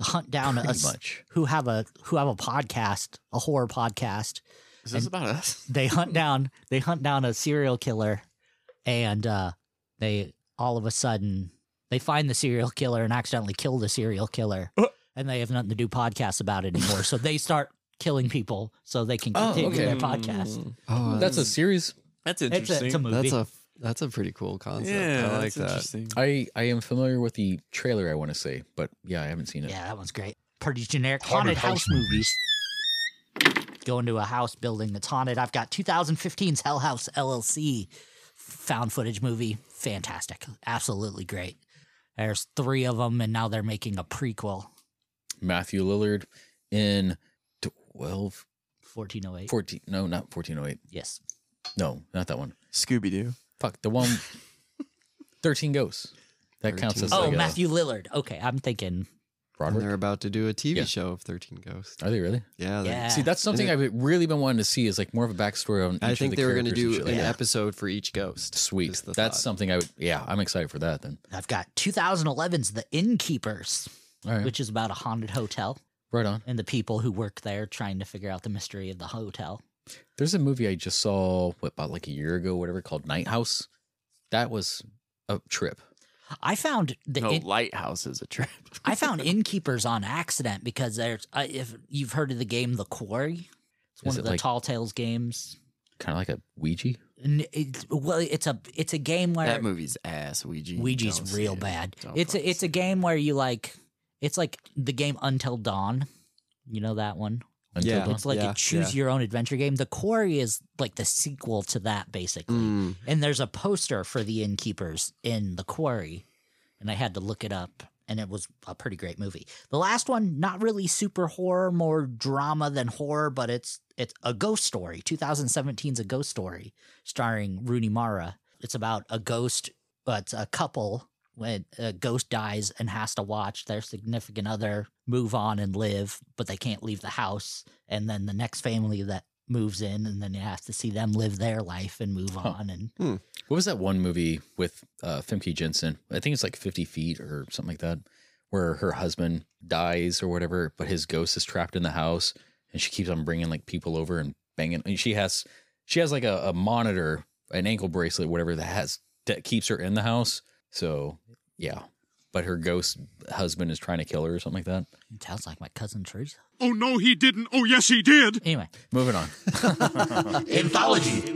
C: hunt down a,
A: Pretty
C: s-
A: much.
C: who have a who have a podcast, a horror podcast.
B: Is this about us?
C: They hunt down they hunt down a serial killer, and uh, they all of a sudden they find the serial killer and accidentally kill the serial killer,
A: Uh.
C: and they have nothing to do podcasts about it anymore. so they start killing people so they can
A: Oh,
C: continue
A: okay.
C: their podcast.
B: Mm,
E: Oh,
A: That's
C: Um,
A: a series.
B: That's
C: It's a,
B: interesting.
C: it's a movie.
E: That's a that's a pretty cool concept.
B: yeah,
E: I
B: that's
E: like that.
B: interesting.
A: I I am familiar with the trailer. I want to say, but yeah, I haven't seen it.
C: yeah, that one's great. Pretty generic haunted, house movies. Go into a house building that's haunted. I've got 2015's Hell House LLC found footage movie. Fantastic. Absolutely great. There's three of them, and now they're making a prequel.
A: Matthew Lillard in 12,
C: 1408.
A: 14 No, not fourteen oh eight.
C: yes.
A: No, not that one.
B: Scooby Doo.
A: Fuck the one. Thirteen Ghosts. That counts as
C: Oh,
A: like a-
C: Matthew Lillard. Okay, I'm thinking.
E: And
A: Broderick.
E: they're about to do a TV
A: Yeah.
E: show of Thirteen Ghosts.
A: Are they really?
E: Yeah. they-
C: Yeah.
A: See, that's something I've really been wanting to see is like more of a backstory on.
E: I think they were
A: going to
E: do an
A: like. that.
E: episode for each ghost.
A: Sweet.
E: is the
A: that's
E: thought.
A: something I would. Yeah, I'm excited for that. Then.
C: I've got 2011's The Innkeepers,
A: All right.
C: which is about a haunted hotel
A: right on.
C: and the people who work there trying to figure out the mystery of the hotel.
A: There's a movie I just saw what, about like a year ago, whatever, called Night House. That was a trip.
C: I found the
B: No,
C: in-
B: Lighthouse is a trip.
C: I found innkeepers on accident because there's I if you've heard of the game The Quarry, it's one
A: Is
C: of
A: it
C: the
A: like-
C: Tall Tales games.
A: Kind of like a Ouija.
C: And it, well, it's a it's a game where
B: that movie's ass. Ouija. Don't
C: Ouija's
B: say
C: real
B: it.
C: bad.
B: Don't
C: It's
B: fucking
C: a, it's a
B: say
C: game where you like it's like the game Until Dawn. You know that one?
A: Until
E: Yeah.
A: Dawn.
C: It's like
E: yeah,
C: a choose your own adventure game. The Quarry is like the sequel to that basically.
E: Mm.
C: And there's a poster for the innkeepers in The Quarry. And I had to look it up and it was a pretty great movie. The last one, not really super horror, more drama than horror, but it's it's a ghost story. 2017's a ghost story starring Rooney Mara. It's about a ghost, but it's a couple when a ghost dies and has to watch their significant other move on and live, but they can't leave the house. And then the next family that moves in, and then you have to see them live their life and move on. And
A: What was that one movie with uh, Femke Jensen? I think it's like 50 Feet or something like that, where her husband dies or whatever, but his ghost is trapped in the house and she keeps on bringing like people over and banging. And she has, she has like a, a monitor, an ankle bracelet, whatever that has that keeps her in the house. So yeah, but her ghost husband is trying to kill her or something like that.
C: it sounds like my cousin Teresa.
F: Oh, no, he didn't. Oh, yes, he did.
C: Anyway,
A: Moving on.
C: anthology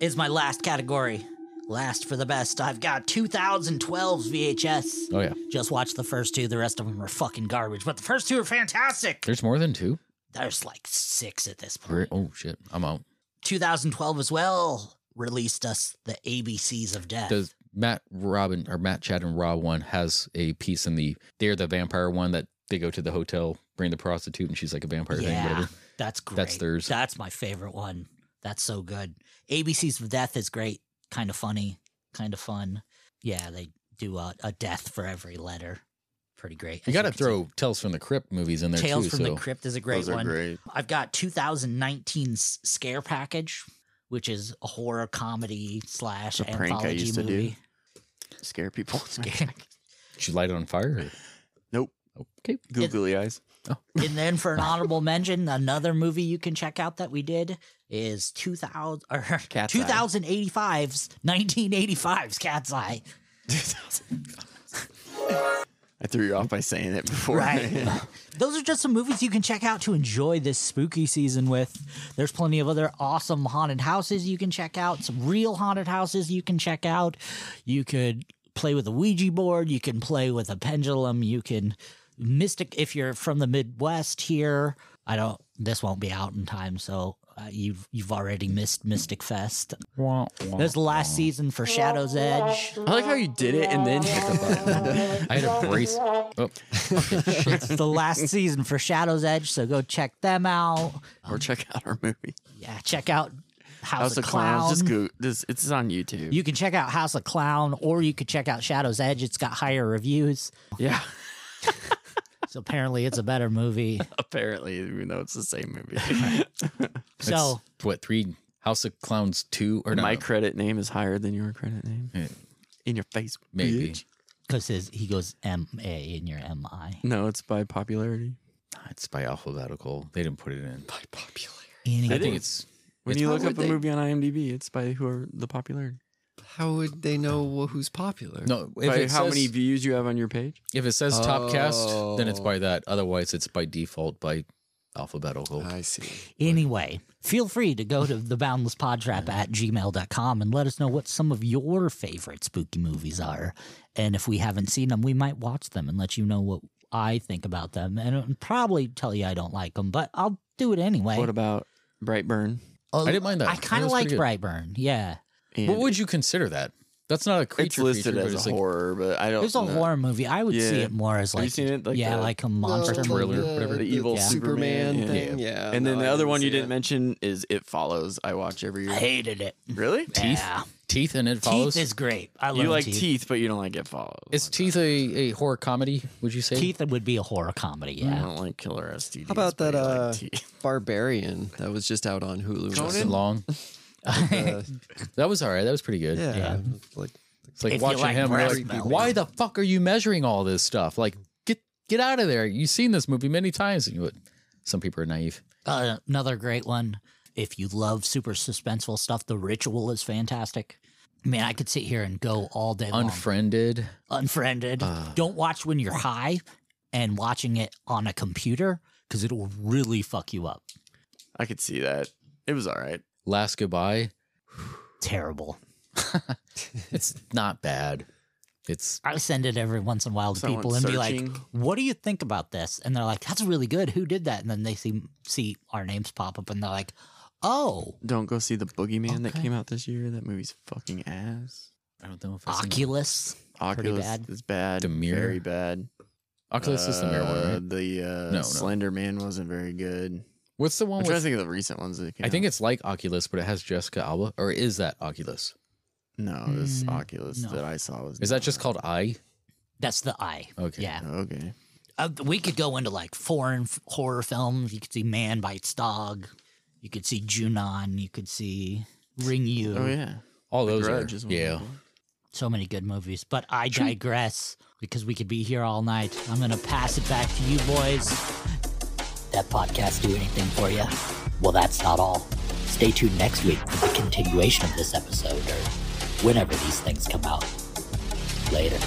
C: is my last category. Last for the best. I've got 2012's VHS.
A: Oh yeah,
C: Just watch the first two. The rest of them are fucking garbage, but the first two are fantastic.
A: there's more than two.
C: There's like six at this point.
A: Re- Oh shit, I'm out.
C: 2012 as well released us the ABCs of Death.
A: does Matt Robin or Matt Chad and Rob one has a piece in the they're the vampire one that they go to the hotel, bring the prostitute, and she's like a vampire thing,
C: yeah,
A: whatever.
C: that's great.
A: That's theirs.
C: That's my favorite one. That's so good. ABCs of Death is great. Kind of funny. Kind of fun. Yeah, they do a, a death for every letter. Pretty great.
A: You
C: As
A: got to
C: can see,
A: throw Tales from the Crypt movies in there
C: Tales
A: too.
C: from
A: so
C: the Crypt is a great
B: Those are
C: one.
B: great.
C: I've got 2019's Scare Package, which is a horror comedy slash
B: It's a prank I
C: anthology
B: used to do.
C: movie.
B: Scare people.
A: did you light it on fire?
B: Nope.
A: Or? Okay.
B: Googly eyes.
C: and then for an honorable mention, another movie you can check out that we did is 2000 or
B: Cat's Eye.
C: 2085's 1985's Cat's Eye.
B: I threw you off by saying it before.
C: Right. Those are just some movies you can check out to enjoy this spooky season with. There's plenty of other awesome haunted houses you can check out, some real haunted houses you can check out. You could play with a Ouija board, you can play with a pendulum, you can mystic if you're from the Midwest here. I don't this won't be out in time, so uh, you've you've already missed Mystic Fest. There's the last season for Shadow's Edge.
B: I like how you did it and then hit the button.
A: I had a brace. Oh,
C: It's the last season for Shadow's Edge, so go check them out.
B: or check out our movie.
C: Yeah, check out House,
B: House
C: of
B: of
C: Clown.
B: Clowns. Just go. This it's on YouTube.
C: you can check out House of Clown, or you could check out Shadow's Edge. It's got higher reviews,
B: yeah.
C: so apparently it's a better movie.
B: Apparently, even though it's the same movie.
C: So
A: it's, what three House of Clowns two or no,
B: My
A: no,
B: credit name is higher than your credit name. In your face,
A: maybe
B: bitch.
C: because he goes M A in your M I
B: No, it's by popularity.
A: it's by alphabetical. They didn't put it in by popular. I
C: anyway,
A: think it's
B: When
A: It's-
B: you
E: Why
B: look up
E: would
B: a
E: they-
B: movie on IMDb, it's by who are the popularity.
E: How would they know wh- who's popular?
A: no. If
B: By
A: it
B: how many
A: says-
B: views you have on your page?
A: If it says top cast, then it's
E: Oh.
A: by that. Otherwise, it's by default by alphabetical.
E: I see.
C: anyway, feel free to go to the boundless podtrap at gmail.com and let us know what some of your favorite spooky movies are. And if we haven't seen them, we might watch them and let you know what I think about them. And it'll probably tell you I don't like them, but I'll do it anyway.
B: What about Brightburn?
C: Oh,
A: I didn't mind that.
C: I kind
A: That
C: of
A: was pretty
C: liked
A: good.
C: Brightburn. Yeah,
B: And
A: What would you consider that? That's not a creature.
B: it's listed
A: feature, but
B: as a
A: it's like-
B: horror, but I don't.
C: it was a
B: know.
C: horror movie. I would see
B: Yeah.
C: it more as
B: Have
C: like,
B: you seen it? Like
C: yeah,
B: the-
C: like a monster
E: No,
A: thriller,
E: the-
A: whatever.
B: The evil
C: Yeah.
B: Superman,
E: Superman
B: yeah.
E: thing, yeah.
B: And then
E: No,
B: the
E: I
B: other
E: didn't
B: one you
E: see
B: didn't
E: it.
B: mention is It Follows. I watch every
C: I
B: year.
C: hated it.
B: Really?
C: Yeah.
A: Teeth and it follows.
C: Teeth is great. I love
B: You like
C: Teeth.
B: teeth. but you don't like It Follows.
A: Is Teeth a, a horror comedy? Would you say?
C: Teeth would be a horror comedy.
B: I
A: Mm.
C: Yeah,
B: don't like killer STDs.
E: How about
B: but
E: that
B: I like
E: uh,
B: teeth.
E: barbarian that was just out on Hulu?
A: That's long.
E: Uh,
A: That was all right. That was pretty good.
E: yeah,
C: Yeah.
E: like
A: It's like
C: If you
A: watching
C: like
A: him. you're
C: brass
A: like,
C: bells.
A: Why the fuck are you measuring all this stuff? Like, get get out of there. You've seen this movie many times. And you would, some people are naive.
C: uh, another great one. If you love super suspenseful stuff, The Ritual is fantastic. I mean, I could sit here and go all day long.
A: Unfriended.
C: Unfriended.
A: Uh.
C: Don't watch when you're high, and watching it on a computer because it'll really fuck you up.
B: I could see that. It was all right.
A: Last goodbye.
C: Terrible.
A: It's not bad. It's
C: I send it every once in a while to
B: Someone
C: people and be like,
B: searching.
C: "What do you think about this?" And they're like, "That's really good. Who did that?" And then they see see our names pop up, and they're like, "Oh,
B: Don't go see the Boogeyman that came out this year. That movie's fucking ass.
A: I don't know if I've seen it.
C: Oculus."
B: Oculus
C: bad.
B: is bad.
A: The Mirror?
B: Very bad.
A: Oculus is the mirror one.
B: Uh,
A: right?
B: The uh,
A: no.
B: Slender Man wasn't very good.
A: What's the
B: I'm
A: one?
B: trying to
A: With,
B: think of the recent ones. That came
A: I think
B: out.
A: it's like Oculus, but it has Jessica Alba, or is that Oculus?
B: no. This
C: Mm,
B: Oculus
C: no.
B: that I saw was
A: Is that just
B: not-
A: called I?
C: That's the eye.
A: Okay.
C: Yeah.
B: Okay.
C: Uh, we could go into like foreign f- horror films. You could see Man Bites Dog. You could see Junon. You could see Ring You.
B: Oh yeah.
A: All
B: The
A: those are.
B: Grudge is one of
A: Yeah.
B: them.
C: So many good movies. But I digress because we could be here all night. I'm going to pass it back to you boys.
G: that podcast do anything for you? Well, that's not all. Stay tuned next week for the continuation of this episode or whenever these things come out. Later.